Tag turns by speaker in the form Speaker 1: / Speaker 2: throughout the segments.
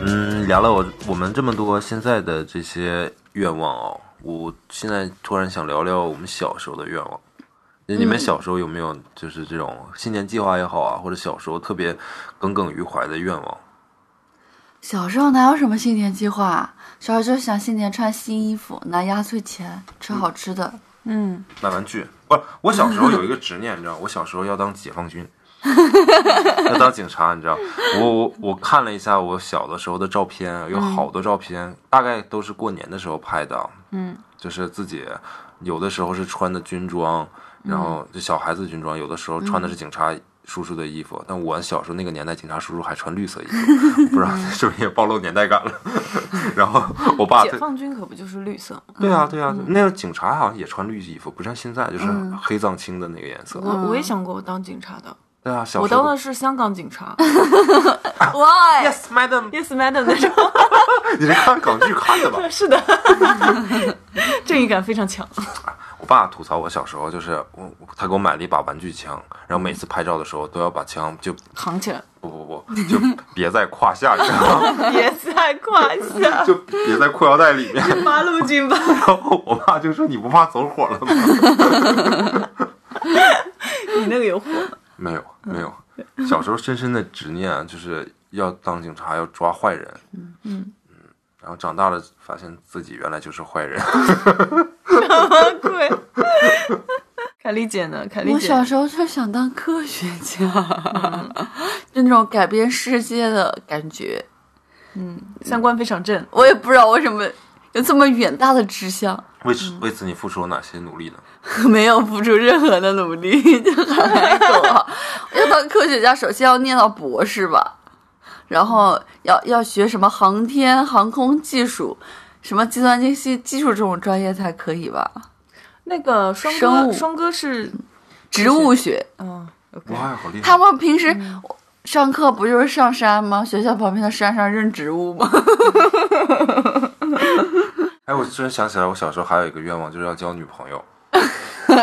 Speaker 1: 嗯聊了我我们这么多现在的这些愿望哦，我现在突然想聊聊我们小时候的愿望。你们小时候有没有就是这种新年计划也好啊，或者小时候特别耿耿于怀的愿望？
Speaker 2: 小时候哪有什么新年计划？小时候就想新年穿新衣服，拿压岁钱，吃好吃的。
Speaker 3: 嗯，
Speaker 1: 买玩具？不是，我小时候有一个执念，你知道，我小时候要当解放军， 要当警察，你知道。我我我看了一下我小的时候的照片，啊有好多照片，大概都是过年的时候拍的。
Speaker 3: 嗯，
Speaker 1: 就是自己有的时候是穿的军装，然后就小孩子军装，有的时候穿
Speaker 3: 嗯
Speaker 1: 的是警察。叔叔的衣服，但我小时候那个年代，警察叔叔还穿绿色衣服，我不知
Speaker 3: 嗯
Speaker 1: 道是不是也暴露年代感了。 然后我爸
Speaker 3: 解
Speaker 1: 特
Speaker 3: 放军可不就是绿色吗？
Speaker 1: 对啊，对啊，那个警察好像也穿绿衣服，不像现在就是黑藏青的那个颜色。
Speaker 3: 我
Speaker 2: 嗯
Speaker 3: 我也想过我当警察的，
Speaker 1: 对啊，小
Speaker 3: 嗯我
Speaker 1: 时
Speaker 3: 当
Speaker 1: 候
Speaker 3: 的是香港警察
Speaker 2: 哇，
Speaker 1: Yes Madam，
Speaker 3: ，Yes Madam 那种。
Speaker 1: 你是看港剧看的吧？
Speaker 3: 是的， 正义感非常强。
Speaker 1: 我爸吐槽我小时候就是我，他给我买了一把玩具枪，然后每次拍照的时候都要把枪就
Speaker 3: 扛 起来，
Speaker 1: 不不不就别在胯下，你知道吗？
Speaker 3: 别再胯 下，
Speaker 1: 就别在裤腰带里面。
Speaker 3: 八路军吧。
Speaker 1: 然后我爸就说：“你不怕走火了吗
Speaker 3: 你那个有火，？”
Speaker 1: 没有没有，小时候深深的执念啊就是要当警察，要抓坏人。嗯然后长大了发现自己原来就是坏人。
Speaker 3: 对。 凯丽姐呢？凯丽
Speaker 2: 我
Speaker 3: 姐，
Speaker 2: 小时候就想当科学家，就那种改变世界的感觉。
Speaker 3: 三观非常正。
Speaker 2: 我也不知道为什么有这么远大的志向，
Speaker 1: 为此
Speaker 3: 嗯
Speaker 1: 为此你付出了哪些努力呢？
Speaker 2: 没有付出任何的努力， 就很爱狗啊。要当科学家，首先要念到博士吧，然后要要学什么航天航空技术，什么计算机系技术这种专业才可以吧？
Speaker 3: 那个双
Speaker 2: 生
Speaker 3: 哥，
Speaker 2: 物
Speaker 3: 双哥是，
Speaker 2: 植物学，
Speaker 3: 嗯，OK，
Speaker 1: 哇，好厉害！
Speaker 2: 他们平时上课不就是上山吗？学校旁边的山上认植物吗？
Speaker 1: 哎，我突然想起来，我小时候还有一个愿望，就是要交女朋友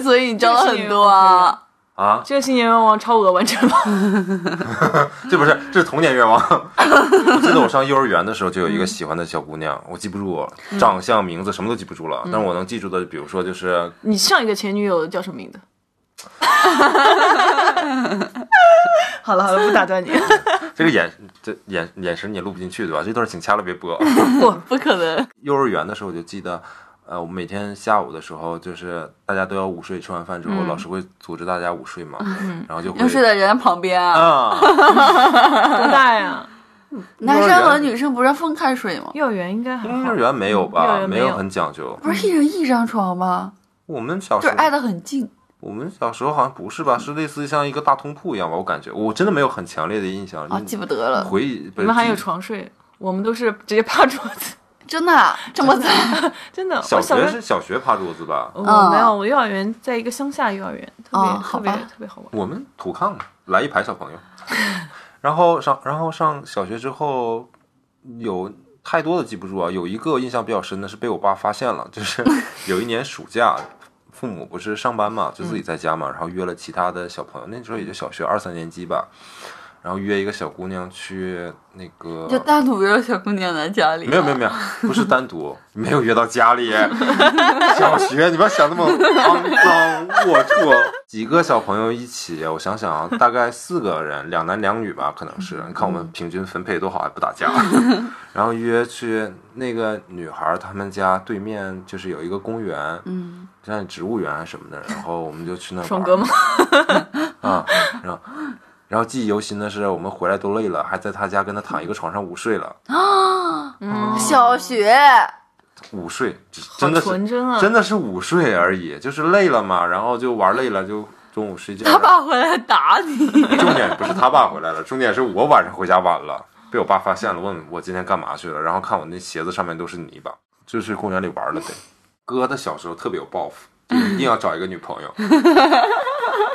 Speaker 2: 所以你交了很多啊。
Speaker 1: 啊！
Speaker 3: 这个新年愿望超额完成了。
Speaker 1: 这不是，这是童年愿望。 我记得我上幼儿园的时候就有一个
Speaker 3: 嗯
Speaker 1: 喜欢的小姑娘，我记不住长相、名字，什么都记不住了。
Speaker 3: 嗯
Speaker 1: 但是我能记住的，比如说就是
Speaker 3: 你上一个前女友叫什么名字？ 好了好了，不打断你。
Speaker 1: 这个眼这眼眼神你也录不进去对吧？这段请掐了别播啊。
Speaker 2: 不，不可能。
Speaker 1: 幼儿园的时候我就记得，呃，我每天下午的时候就是大家都要午睡，吃完饭之后、
Speaker 3: 嗯
Speaker 1: 老师会组织大家午睡嘛，然后就会
Speaker 2: 就睡在人家旁边啊。
Speaker 1: 啊，
Speaker 3: 多大呀？
Speaker 2: 男生和女生不是分开睡吗？
Speaker 3: 幼儿园应该还
Speaker 1: 幼
Speaker 3: 好
Speaker 1: 儿。园嗯没有
Speaker 3: 幼儿
Speaker 1: 吧？
Speaker 3: 园
Speaker 1: 没
Speaker 3: 没有
Speaker 1: 有很讲究。
Speaker 2: 不是一人一张床吗？
Speaker 1: 我们小
Speaker 2: 就
Speaker 1: 时
Speaker 2: 是
Speaker 1: 候
Speaker 2: 挨得很近。
Speaker 1: 我们小时候好像不是吧？是类似于像一个大通铺一样吧？我感觉我真的没有很强烈的印象。
Speaker 2: 啊，
Speaker 1: 你
Speaker 2: 记不得了，
Speaker 1: 回忆嗯不
Speaker 3: 哦你
Speaker 1: 是
Speaker 3: 们还有
Speaker 1: 记
Speaker 3: 床睡，我们都是直接趴桌子，
Speaker 2: 真的啊这么惨？
Speaker 3: 真的。
Speaker 1: 小
Speaker 3: 我哦小哦
Speaker 1: 学
Speaker 3: 时
Speaker 1: 是
Speaker 3: 候
Speaker 1: 小学趴桌子吧？
Speaker 3: 我
Speaker 2: 嗯
Speaker 3: 没有，我幼儿园在一个乡下幼儿园，特别
Speaker 2: 哦
Speaker 3: 特
Speaker 2: 好
Speaker 3: 别
Speaker 2: 吧
Speaker 3: 特别好玩。
Speaker 1: 我们土炕来一排小 朋友，然后上然后上小学之后有。太多的记不住啊，有一个印象比较深的是被我爸发现了，就是 有一年暑假，父母不是上班嘛，就
Speaker 3: 嗯
Speaker 1: 自己在家嘛，然后约了其他的小朋友，那时候也就小学二三年级吧，然后约一个小姑娘去那个
Speaker 2: 就单独约了小姑娘来家里、啊
Speaker 1: 没有没有没有，不是单独，没有约到家 里。小学，你不要想那么肮脏龌龊。几个小朋友一起，我想想啊，大概四个人，两男两女吧，可能是。
Speaker 3: 嗯
Speaker 1: 你看我们平均分配多好，还不打 架。然后约去那个女孩儿他们家对面，就是有一个公园，嗯，像植物园啊什么的。然后我们就去那玩儿。
Speaker 3: 爽哥吗？
Speaker 1: 啊，然后然后记忆犹新的是，我们回来都累了，还在他家跟他躺一个床上午睡了。
Speaker 2: 有，小学
Speaker 1: 午睡，只
Speaker 3: 好
Speaker 1: 真的是
Speaker 3: 纯真
Speaker 2: 嗯
Speaker 3: 啊！
Speaker 1: 真的是午睡而已，就是累了嘛，然后就玩累了就中午睡觉。
Speaker 2: 他爸回来打 你，
Speaker 1: 重点不是他爸回来了，重点是我晚上回家晚了，被我爸发现了，问我今天干嘛去了，然后看我那鞋子上面都是泥巴，就去公园里玩了呗。哥他小时候特别有抱负，就一定要找一个女朋 友。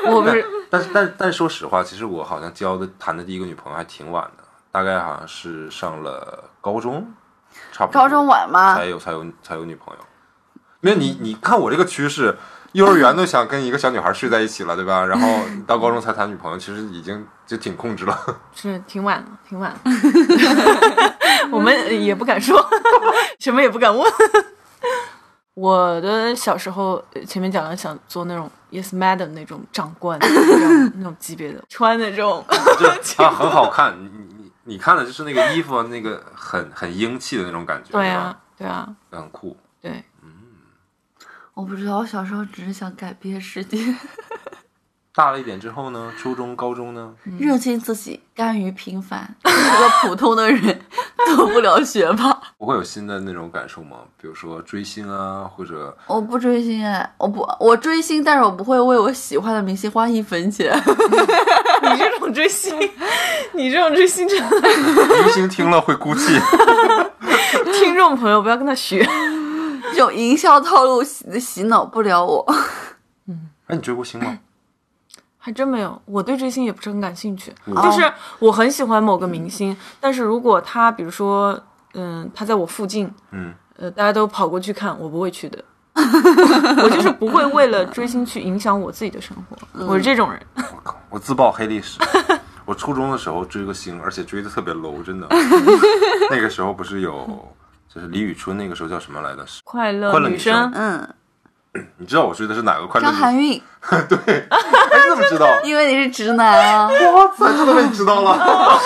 Speaker 3: 我不是
Speaker 1: 但是但是但是说实话，其实我好像交的谈的第一个女朋友还挺晚的，大概好像是上了高中，差不多
Speaker 2: 高中晚吗
Speaker 3: 啊
Speaker 1: 哎才？有才有才有女朋友。没有你，你看我这个趋势，幼儿园都想跟一个小女孩睡在一起了，对吧？然后到高中才谈女朋友，其实已经就挺控制 了。
Speaker 3: 是挺晚了，挺 晚了，我们也不敢说， 什么也不敢问。我的小时候，呃前面讲了，想做那种 yes madam 那种长 官那种那种级别的，穿那 种
Speaker 1: 就啊，很好看。你你你你看的就是那个衣服，啊那个很很英气的那种感觉，
Speaker 3: 对
Speaker 1: 吧
Speaker 3: 啊，对啊，
Speaker 1: 很酷。
Speaker 3: 对，
Speaker 2: 我不知道，我小时候只是想改变世界，
Speaker 1: 大了一点之后呢，初中、高中呢，
Speaker 2: 热心自己，甘于平凡，嗯 是个普通的人， 做不了学霸。
Speaker 1: 不会有新的那种感受吗？比如说追星啊，或者
Speaker 2: 我不追星哎，我不我追星，但是我不会为我喜欢的明星花一分钱。
Speaker 3: 你这种追星，你这种追星真的，
Speaker 1: 明星听了会哭泣。
Speaker 3: 听众朋友不要跟他学。
Speaker 2: 这种营销套路洗洗脑不了我。
Speaker 1: 哎，你追过星吗？
Speaker 3: 还真没有，我对追星也不是很感兴趣。
Speaker 1: 嗯
Speaker 3: 就是我很喜欢某个明星，但是如果他比如说，嗯，他在我附近，
Speaker 1: 嗯，
Speaker 3: 呃，大家都跑过去看，我不会去的。我就是不会为了追星去影响我自己的生活，我是这种人。
Speaker 1: 我靠，我自曝黑历史。 我初中的时候追个星，而且追的特别 low，真的。 那个时候不是有，就是李宇春那个时候叫什么来着？是
Speaker 3: 快乐
Speaker 1: 快乐
Speaker 3: 女
Speaker 1: 女生
Speaker 2: 嗯，
Speaker 1: 你知道我追的是哪个快乐
Speaker 2: 张
Speaker 1: 女？
Speaker 2: 含韵，
Speaker 1: 哎，你怎么知道？
Speaker 2: 因为你是直男啊。
Speaker 1: 哇塞，真的被你知道了！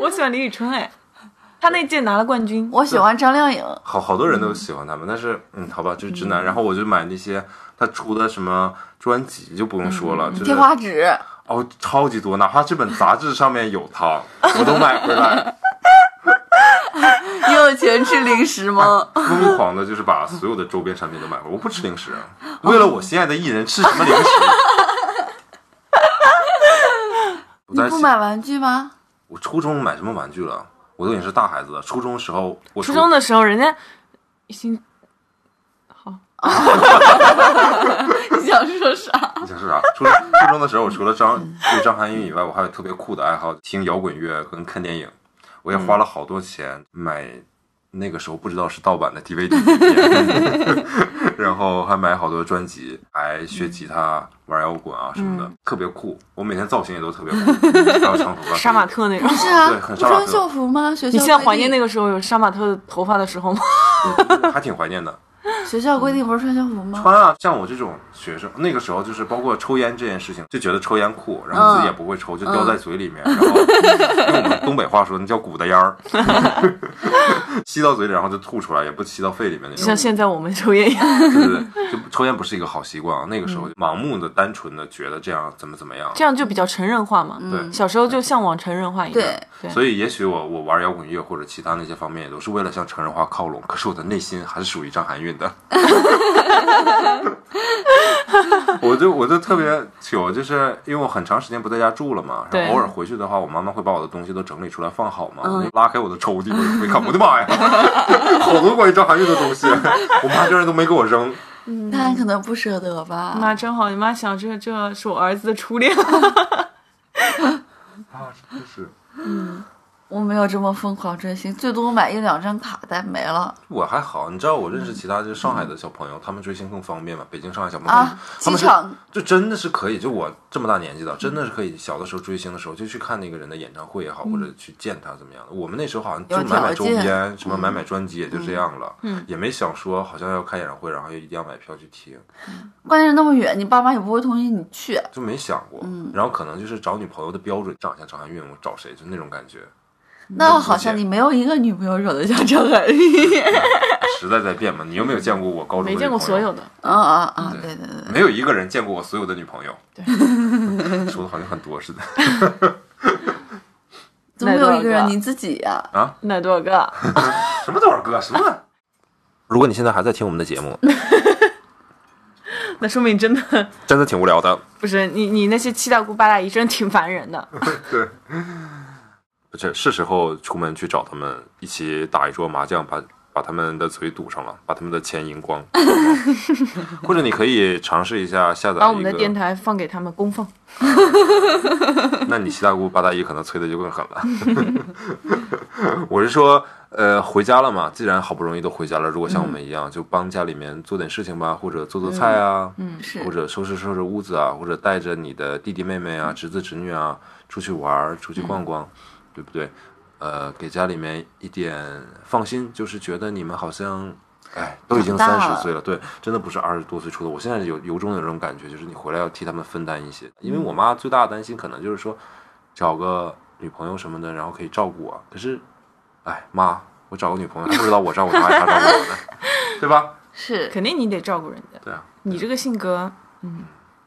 Speaker 3: 我喜欢李宇春哎，她那届拿了冠军。
Speaker 2: 我喜欢张靓颖，
Speaker 1: 好好多人都喜欢他们，但是嗯，好吧，就是直男。然后我就买那些他出的什么专辑，就不用说了，就是
Speaker 2: 贴嗯花纸，
Speaker 1: 哦，超级多，哪怕这本杂志上面有他，我都买回来，
Speaker 2: 你有钱吃零食吗？
Speaker 1: 疯狂的，就是把所有的周边产品都买回来。 我不吃零食，啊为了我心爱的艺人吃什么零食？我
Speaker 2: 你
Speaker 1: 在
Speaker 2: 不买玩具吗？
Speaker 1: 我初中买什么玩具了？我都已经是大孩子了。初中时候，我
Speaker 3: 初中的时候，人家已经
Speaker 2: 你想说啥？
Speaker 1: 你想说啥？啊初中初中的时候，我除了张对张含韵以外，我还有特别酷的爱好，听摇滚乐跟看电影。我也花了好多钱买，那个时候不知道是盗版的 DVD 碟片 然后还买好多专辑，还学吉他、玩摇滚啊什么
Speaker 3: 嗯
Speaker 1: 的，特别酷。我每天造型也都特别酷，还有长头发。
Speaker 3: 杀马特那种。
Speaker 2: 是啊
Speaker 1: 对，很
Speaker 2: 不
Speaker 1: 少
Speaker 2: 穿校服吗？学校
Speaker 3: 你现在怀
Speaker 2: 规
Speaker 3: 念
Speaker 2: 定
Speaker 3: 那个时候有杀马特头发的时候吗？
Speaker 1: 特，还挺怀念的。
Speaker 2: 学校规定不是穿校服吗？
Speaker 1: 穿啊，像我这种学生，那个时候就是包括抽烟这件事情，就觉得抽烟酷，然后自己也不会抽，就叼在嘴里面，然 后用我们东北话说，那叫鼓的烟儿，吸到嘴里，然后就吐出来，也不吸到肺里面那
Speaker 3: 就像
Speaker 1: 种。
Speaker 3: 现在我们抽烟一样，
Speaker 1: 对对对，就抽烟不是一个好习惯啊。那个时候盲目的、单纯的觉得这样怎么怎么样，
Speaker 3: 这样就比较成人化嘛。
Speaker 1: 对
Speaker 3: 小时候就向往成人化一
Speaker 2: 嗯
Speaker 3: 样。
Speaker 2: 对
Speaker 3: 对，
Speaker 1: 所以也许我我玩摇滚乐或者其他那些方面也都是为了向成人化靠拢，可是我的内心还是属于张含韵的。 我就我就特别糗，就是因为我很长时间不在家住了嘛，然
Speaker 3: 对嗯
Speaker 1: 后偶尔回去的话，我妈妈会把我的东西都整理出来放好嘛，我就拉开我的抽屉，我就会看，我的妈呀， 好多关于张含韵的东西， 我妈居然都没给我扔，
Speaker 2: 他可能不舍得吧。
Speaker 3: 妈真好，你妈想这这是我儿子的初恋。
Speaker 1: 啊，真是。
Speaker 2: 我没有这么疯狂追星，最多买一两张卡带没了
Speaker 1: 我还好，你知道我认识其他就是上海的小朋友，他们追星更方便嘛。北京、上海小朋友，
Speaker 2: 啊！
Speaker 1: 他
Speaker 2: 机
Speaker 1: 们是
Speaker 2: 场
Speaker 1: 就真的是可以，就我这么大年纪了，真的是可以。小的时候追星的时候，就去看那个人的演唱会也好，或
Speaker 3: 嗯
Speaker 1: 者去见他怎么样的。我们那时候好像就买买周
Speaker 2: 有条
Speaker 1: 边，什么买买专辑，也就这样了，
Speaker 3: 嗯
Speaker 1: 也没想说好像要开演唱会，然后一定要买票去听，
Speaker 2: 关键是那么远，你爸妈也不会同意你去。
Speaker 1: 就没想过。
Speaker 3: 嗯
Speaker 1: 然后可能就是找女朋友的标准，长相、张含韵，我找谁就那种感觉，
Speaker 2: 那好像你没有一个女朋友惹得下张含韵。
Speaker 1: 时代在变嘛。你有没有见过我高中的
Speaker 3: 没
Speaker 1: 女
Speaker 3: 见过
Speaker 1: 朋
Speaker 3: 所
Speaker 1: 友
Speaker 3: 有的，
Speaker 2: 啊啊啊！
Speaker 1: 嗯对
Speaker 2: 对对对，
Speaker 1: 没有一个人见过我所有的女朋友。
Speaker 3: 对，
Speaker 1: 说的好像很多似的。
Speaker 2: 怎么没有一
Speaker 3: 那多少
Speaker 2: 个
Speaker 3: 个
Speaker 2: 人你自己呀、
Speaker 3: 那多少个？
Speaker 1: 什么多少个？什 么？如果你现在还在听我们的节目，
Speaker 3: 那说明真的
Speaker 1: 真的挺无聊的。
Speaker 3: 不是你，你那些七大姑八大姨真的挺烦人的。
Speaker 1: 不是，是时候出门去找他们一起打一桌麻将，把把他们的嘴堵上了，把他们的钱赢光。 好吗或者你可以尝试一下下载
Speaker 3: 把我
Speaker 1: 一
Speaker 3: 们
Speaker 1: 个
Speaker 3: 的，电台放给他们公放。
Speaker 1: 那你七大姑八大姨可能催的就更狠了。我是说，呃，回家了嘛，既然好不容易都回家了，如果像我们一样，就帮家里面做点事情吧，或者做做菜啊，
Speaker 3: 嗯嗯
Speaker 2: 是
Speaker 1: 或者收拾收拾屋子啊，或者带着你的弟弟妹妹啊、侄子侄女啊出去玩儿、出去逛逛，对不对？呃，给家里面一点放心，就是觉得你们好像。哎，都已经
Speaker 2: 长
Speaker 1: 三
Speaker 2: 大
Speaker 1: 十岁了，对，真的不是二十多岁出头。我现在有由衷的这种感觉，就是你回来要替他们分担一些。因为我妈最大的担心可能就是说，找个女朋友什么的，然后可以照顾我。可是，哎妈，我找个女朋友，她不知道我照顾她，还是她照顾我呢，对吧？
Speaker 2: 是
Speaker 3: 肯定你得照顾人家。
Speaker 1: 对啊，
Speaker 3: 你这个性格，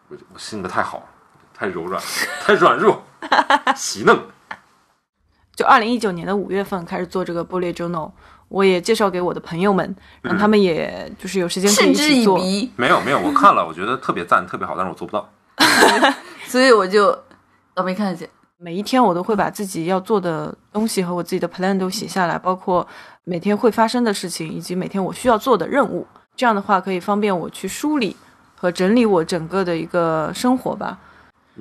Speaker 1: 我我性格太好，太柔软， 太软弱， 喜嫩。
Speaker 3: 就二零一九年的五月份开始做这个 bullet journal，我也介绍给我的朋友们，让他们也就是有时间可
Speaker 2: 嗤
Speaker 3: 以一
Speaker 2: 之
Speaker 3: 起
Speaker 2: 以
Speaker 3: 做。
Speaker 2: 鼻，
Speaker 1: 没有没有，我看了，我觉得特别赞，特别好，但是我做不到。
Speaker 2: 所以我就都没看见。
Speaker 3: 每一天我都会把自己要做的东西和我自己的 plan 都写下来，包括每天会发生的事情，以及每天我需要做的任务。这样的话可以方便我去梳理和整理我整个的一个生活吧。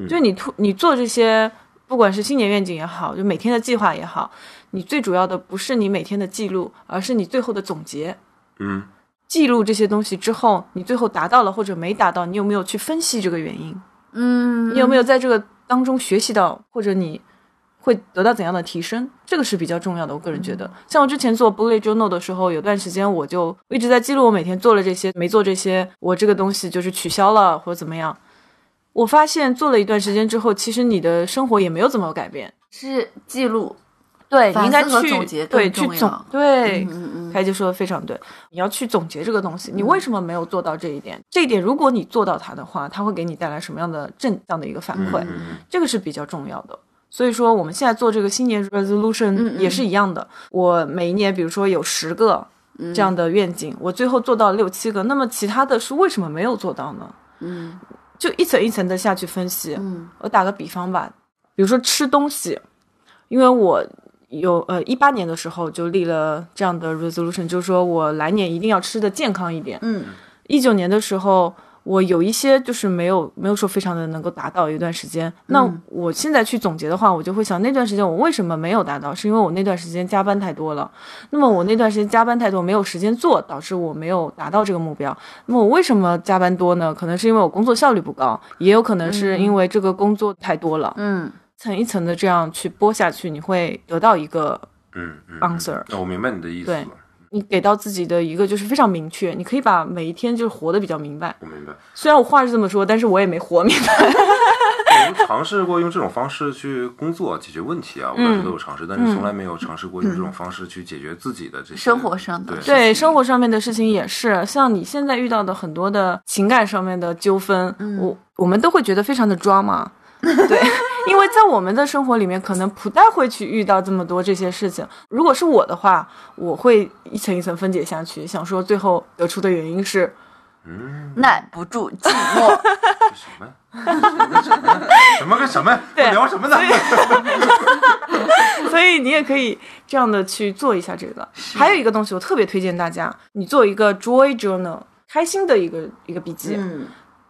Speaker 3: 就是你突你做这些，不管是新年愿景也好，就每天的计划也好，你最主要的不是你每天的记录，而是你最后的总结。
Speaker 1: 嗯，
Speaker 3: 记录这些东西之后，你最后达到了或者没达到，你有没有去分析这个原因？
Speaker 2: 嗯，
Speaker 3: 你有没有在这个当中学习到，或者你会得到怎样的提升？这个是比较重要的，我个人觉
Speaker 2: 嗯
Speaker 3: 得。像我之前做 bullet journal 的时候，有段时间我就我一直在记录我每天做了这些，没做这些，我这个东西就是取消了或者怎么样。我发现做了一段时间之后，其实你的生活也没有怎么改变。
Speaker 2: 是记录？
Speaker 3: 对你
Speaker 2: 反
Speaker 3: 应该
Speaker 2: 思和
Speaker 3: 去
Speaker 2: 总结
Speaker 3: 对
Speaker 2: 更重
Speaker 3: 去总
Speaker 2: 要
Speaker 3: 对，
Speaker 2: 嗯嗯，
Speaker 3: 开就说的非常对，你要去总结这个东西，你为什么没有做到这一点？这一点如果你做到它的话，它会给你带来什么样的正向的一个反馈？
Speaker 1: 嗯
Speaker 3: 这个是比较重要的。所以说，我们现在做这个新年 resolution 也是一样的。我每一年，比如说有十个这样的愿景，我最后做到六七个，那么其他的是为什么没有做到呢？
Speaker 2: 嗯
Speaker 3: 就一层一层的下去分析。
Speaker 2: 嗯
Speaker 3: 我打个比方吧，比如说吃东西，因为我有呃一八年的时候就立了这样的 resolution，就是说我来年一定要吃的健康一点。
Speaker 2: 嗯
Speaker 3: 一九年的时候，我有一些就是没有没有说非常的能够达到一段时间。那我现在去总结的话，我就会想那段时间我为什么没有达到，是因为我那段时间加班太多了。那么我那段时间加班太多，没有时间做，导致我没有达到这个目标。那么我为什么加班多呢？可能是因为我工作效率不高，也有可能是因为这个工作太多了。
Speaker 2: 嗯，
Speaker 3: 一层一层的这样去剥下去，你会得到一个
Speaker 1: 嗯嗯
Speaker 3: answer。
Speaker 1: 嗯，我明白你的意思
Speaker 3: 对
Speaker 1: 了，
Speaker 3: 你给到自己的一个就是非常明确，你可以把每一天就是活得比较明白。
Speaker 1: 我明白。
Speaker 3: 虽然我话是这么说，但是我也没活明白。
Speaker 1: 我们尝试过用这种方式去工作解决问题啊，我当
Speaker 2: 嗯
Speaker 1: 时都有尝试，但是从来没有尝试过用这种方式去解决自己的这些
Speaker 2: 生活上的
Speaker 1: 对
Speaker 2: 事
Speaker 3: 对生活上面的事情也是，像你现在遇到的很多的情感上面的纠纷，
Speaker 1: 嗯
Speaker 3: 我我们都会觉得非常的 drama。对， 因为在我们的生活里面，可能不太会去遇到这么多这些事情。如果是我的话，我会一层一层分解下去，想说最后得出的原因是
Speaker 2: 嗯耐不住寂 寞，
Speaker 1: 什么呀？什么跟什 么呀？
Speaker 3: 对
Speaker 1: 聊什么呢？
Speaker 3: 所以你也可以这样的去做一下这个。还有一个东西，我特别推荐大家，你做一个 joy journal，开心的一个一个笔记。
Speaker 2: 嗯，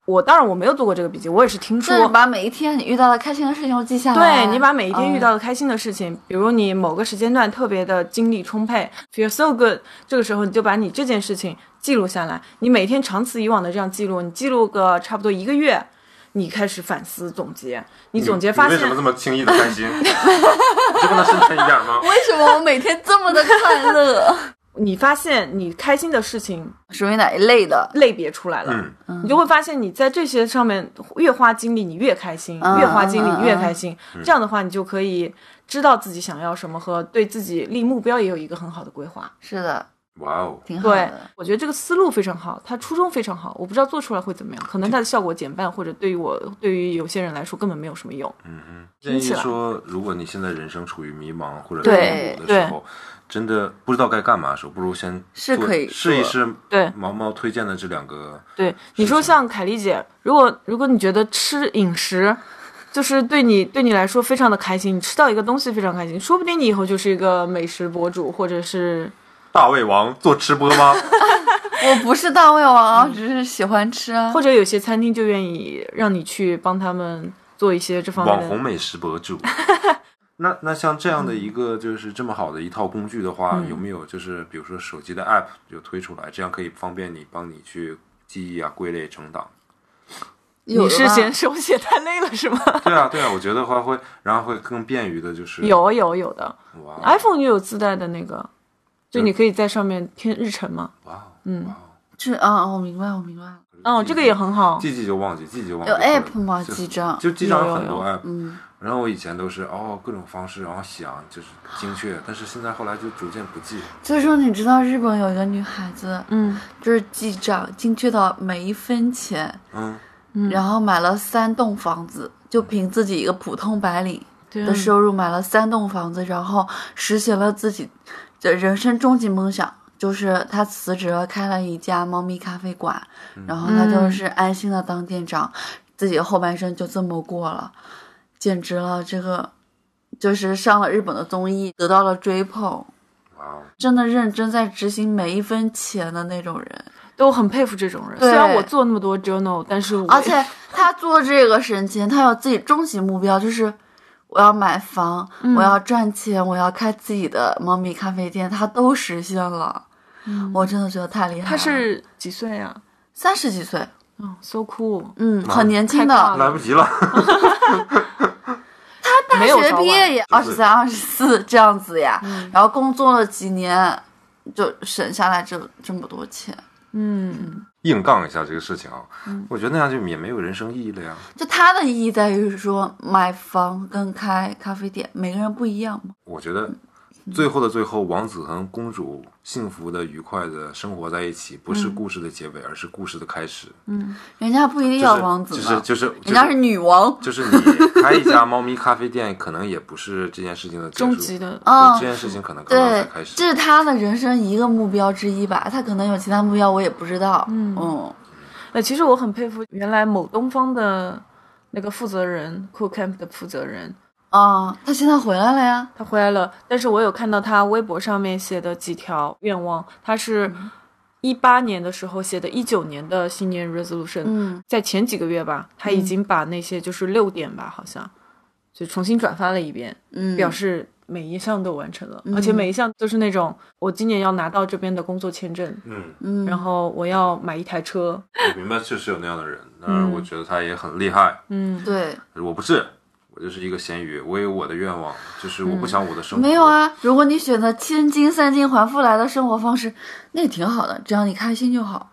Speaker 3: 我当然我没有做过这个笔记，我也是听
Speaker 2: 就是
Speaker 3: 说。
Speaker 2: 把每一天你遇到的开心的事情都记下来。
Speaker 3: 对你把每一天遇
Speaker 2: 哦
Speaker 3: 到的开心的事情，比如你某个时间段特别的精力充沛，feel so good，这个时候你就把你这件事情记录下来。你每天长此以往的这样记录，你记录个差不多一个月，你开始反思总结，你总结发
Speaker 1: 你
Speaker 3: 现
Speaker 1: 为什么这么轻易的开心？ 你就不能深沉一点吗？
Speaker 2: 为什么我每天这么的快乐？
Speaker 3: 你发现你开心的事情
Speaker 2: 属于哪一类的？
Speaker 3: 类别出来了。
Speaker 1: 嗯，
Speaker 3: 你就会发现你在这些上面越花精力，你越开心；
Speaker 2: 嗯
Speaker 3: 越花精
Speaker 2: 嗯嗯
Speaker 3: 力越开心。这样的话，你就可以知道自己想要什么和对自己立目标也有一个很好的规划。
Speaker 2: 是的，
Speaker 1: 哇哦，
Speaker 2: 挺好
Speaker 3: 对
Speaker 2: 的。，
Speaker 3: 我觉得这个思路非常好，它初衷非常好。我不知道做出来会怎么样，可能它的效果减半，或者对于我对于有些人来说根本没有什么用。
Speaker 1: 建议
Speaker 3: 听起来
Speaker 1: 说，如果你现在人生处于迷茫或者
Speaker 2: 对
Speaker 1: 痛苦的时候，真的不知道该干嘛的时候，不如先
Speaker 2: 是
Speaker 1: 做
Speaker 2: 可以
Speaker 1: 试一
Speaker 2: 做
Speaker 1: 试。
Speaker 3: 对
Speaker 1: 毛毛推荐的这两个，
Speaker 3: 对，你说像凯丽姐，如果如果你觉得吃饮食。就是对你对你来说非常的开心，你吃到一个东西非常开心，说不定你以后就是一个美食博主，或者是
Speaker 1: 大胃王做吃播 吗？
Speaker 2: 我不是大胃王，啊只是喜欢吃啊。
Speaker 3: 或者有些餐厅就愿意让你去帮他们做一些这方面
Speaker 1: 网
Speaker 3: 的。
Speaker 1: 红美食博主，那那像这样的一个就是这么好的一套工具的话，
Speaker 2: 嗯
Speaker 1: 有没有就是比如说手机的 app 就推出来，这样可以方便你帮你去记忆啊、归类成档？
Speaker 2: 有
Speaker 3: 你
Speaker 2: 的
Speaker 3: 是
Speaker 2: 吧
Speaker 3: 嫌手写太累了是吗？
Speaker 1: 对啊，对啊，我觉得话会，然后会更便于的就是
Speaker 3: 有有有的
Speaker 1: 哇哦
Speaker 3: ，iPhone 也有自带的那个，就
Speaker 1: 嗯
Speaker 3: 你可以在上面添日程嘛。
Speaker 1: 哇哦，
Speaker 3: 嗯
Speaker 1: 哇哦，
Speaker 2: 这啊，我明白，我明白了。
Speaker 3: 哦，这个也很好。
Speaker 1: 记记就忘记，记记就忘记。
Speaker 2: 有
Speaker 1: 或者
Speaker 2: app 吗
Speaker 1: 就
Speaker 2: 记账
Speaker 1: 就记账
Speaker 3: 有
Speaker 1: 有很
Speaker 3: 有
Speaker 1: 多 app，
Speaker 2: 嗯，
Speaker 1: 然后我以前都是哦各种方式，然后想就是精确，但是现在后来就逐渐不记。
Speaker 2: 所以说你知道日本有一个女孩子，
Speaker 3: 嗯，
Speaker 2: 就是记账精确到每一分钱，
Speaker 1: 嗯，
Speaker 2: 然后买了三栋房子，就凭自己一个普通白领
Speaker 3: 对啊
Speaker 2: 的收入买了三栋房子，然后实现了自己的人生终极梦想。就是她辞职了，开了一家猫咪咖啡馆，然后她就是安心的当店长，自己后半生就这么过了，简直了！这个就是上了日本的综艺，得到了追捧，
Speaker 1: 哇哦，
Speaker 2: 真的认真在执行每一分钱的那种人。
Speaker 3: 都很佩服这种人。
Speaker 2: 对
Speaker 3: 虽然我做那么多 journal，但是我
Speaker 2: 而且他做这个省钱，他有自己终极目标，就是我要买房，
Speaker 3: 嗯
Speaker 2: 我要赚钱，我要开自己的猫咪咖啡店，他都实现了。
Speaker 3: 嗯
Speaker 2: 我真的觉得太厉害了。
Speaker 3: 他是几岁
Speaker 2: 啊
Speaker 3: 呀？
Speaker 2: 三十几岁，
Speaker 3: 嗯，so cool。
Speaker 2: 嗯，很年轻
Speaker 3: 太棒
Speaker 2: 的，
Speaker 3: 了
Speaker 1: 来不及了。
Speaker 2: 大
Speaker 3: 没有
Speaker 2: 学
Speaker 3: 早
Speaker 2: 毕
Speaker 3: 晚
Speaker 2: 业也二十三、二十四这样子呀。
Speaker 3: 嗯
Speaker 2: 然后工作了几年，就省下来这这么多钱，
Speaker 3: 嗯，
Speaker 1: 硬杠一下这个事情啊，我觉得那样就也没有人生意义了呀。
Speaker 2: 就它的意义在于说买房跟开咖啡店，每个人不一样嘛。
Speaker 1: 我觉得最后的最后，王子和公主幸福的、愉快的生活在一起，不是故事的结尾，而是故事的开始。
Speaker 2: 人家不一定
Speaker 1: 就是
Speaker 2: 要王子
Speaker 1: 就是
Speaker 2: 呢，
Speaker 1: 就是
Speaker 2: 人家
Speaker 1: 就是
Speaker 2: 女王。
Speaker 1: 就是你开一家猫咪咖啡店，可能也不是这件事情的结束
Speaker 3: 终极的
Speaker 2: 嗯
Speaker 1: 对这件事情可能刚刚才
Speaker 2: 对
Speaker 1: 开，始。
Speaker 2: 这是他的人生一个目标之一吧。他可能有其他目标，我也不知道。嗯
Speaker 3: 呃，其实我很佩服原来某东方的那个负责人，Cool Camp 的负责人，
Speaker 2: 啊，他现在回来了呀。
Speaker 3: 他回来了。但是我有看到他微博上面写的几条愿望，他是
Speaker 2: 嗯
Speaker 3: 一八年的时候写的，一九年的新年 resolution，、
Speaker 2: 嗯
Speaker 3: 在前几个月吧，他已经把那些就是六点吧，好像就重新转发了一遍，
Speaker 2: 嗯，
Speaker 3: 表示。每一项都完成了，而且每一项都是那种我今年要拿到这边的工作签证，
Speaker 1: 嗯，
Speaker 2: 嗯，
Speaker 3: 然后我要买一台车，
Speaker 1: 我明白，确实有那样的人，但是我觉得他也很厉害。
Speaker 2: 对，
Speaker 1: 我不是，我就是一个咸鱼，我有我的愿望，就是我不想我的生活、
Speaker 2: 没有，啊。如果你选择千金散尽还复来的生活方式，那也挺好的，只要你开心就好。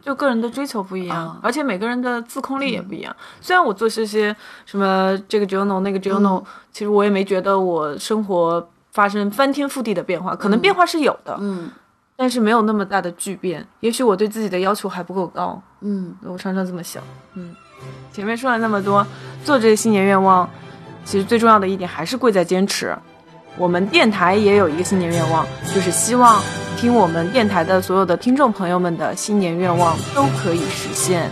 Speaker 3: 就个人的追求不一样，
Speaker 2: 嗯啊嗯
Speaker 3: 而且每个人的自控力也不一样。虽然我做这些什么这个 journal 那个 journal，、其
Speaker 2: 嗯
Speaker 3: 实我也没觉得我生活发生翻天覆地的变化，可能变化是有的，
Speaker 2: 嗯
Speaker 3: 但是没有那么大的巨变。也许我对自己的要求还不够高，
Speaker 2: 嗯，
Speaker 3: 我常常这么想。嗯，前面说了那么多，做这些新年愿望，其实最重要的一点还是贵在坚持。我们电台也有一个新年愿望，就是希望听我们电台的所有的听众朋友们的新年愿望都可以实现。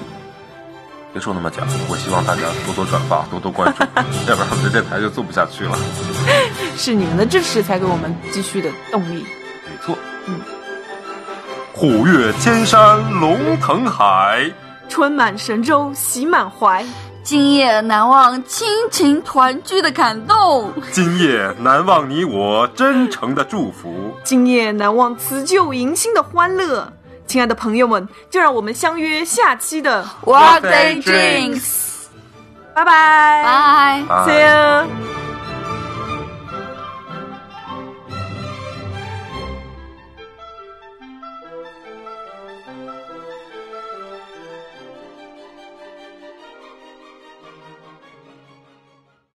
Speaker 1: 别说那么假，我希望大家多多转发，多多关注，要不然我们这台就做不下去了。
Speaker 3: 是你们的支持才给我们继续的动力。
Speaker 1: 没错，
Speaker 3: 嗯，
Speaker 1: 虎跃千山龙腾海，
Speaker 3: 春满神州，喜满怀，
Speaker 2: 今夜难忘亲情团聚的感动。
Speaker 1: 今夜难忘你我真诚的祝福。
Speaker 3: 今夜难忘辞旧迎新的欢乐。亲爱的朋友们，就让我们相约下期的，
Speaker 2: What
Speaker 1: Birthday
Speaker 2: day drinks？
Speaker 3: 拜拜
Speaker 2: 拜。
Speaker 1: 啊
Speaker 3: See you。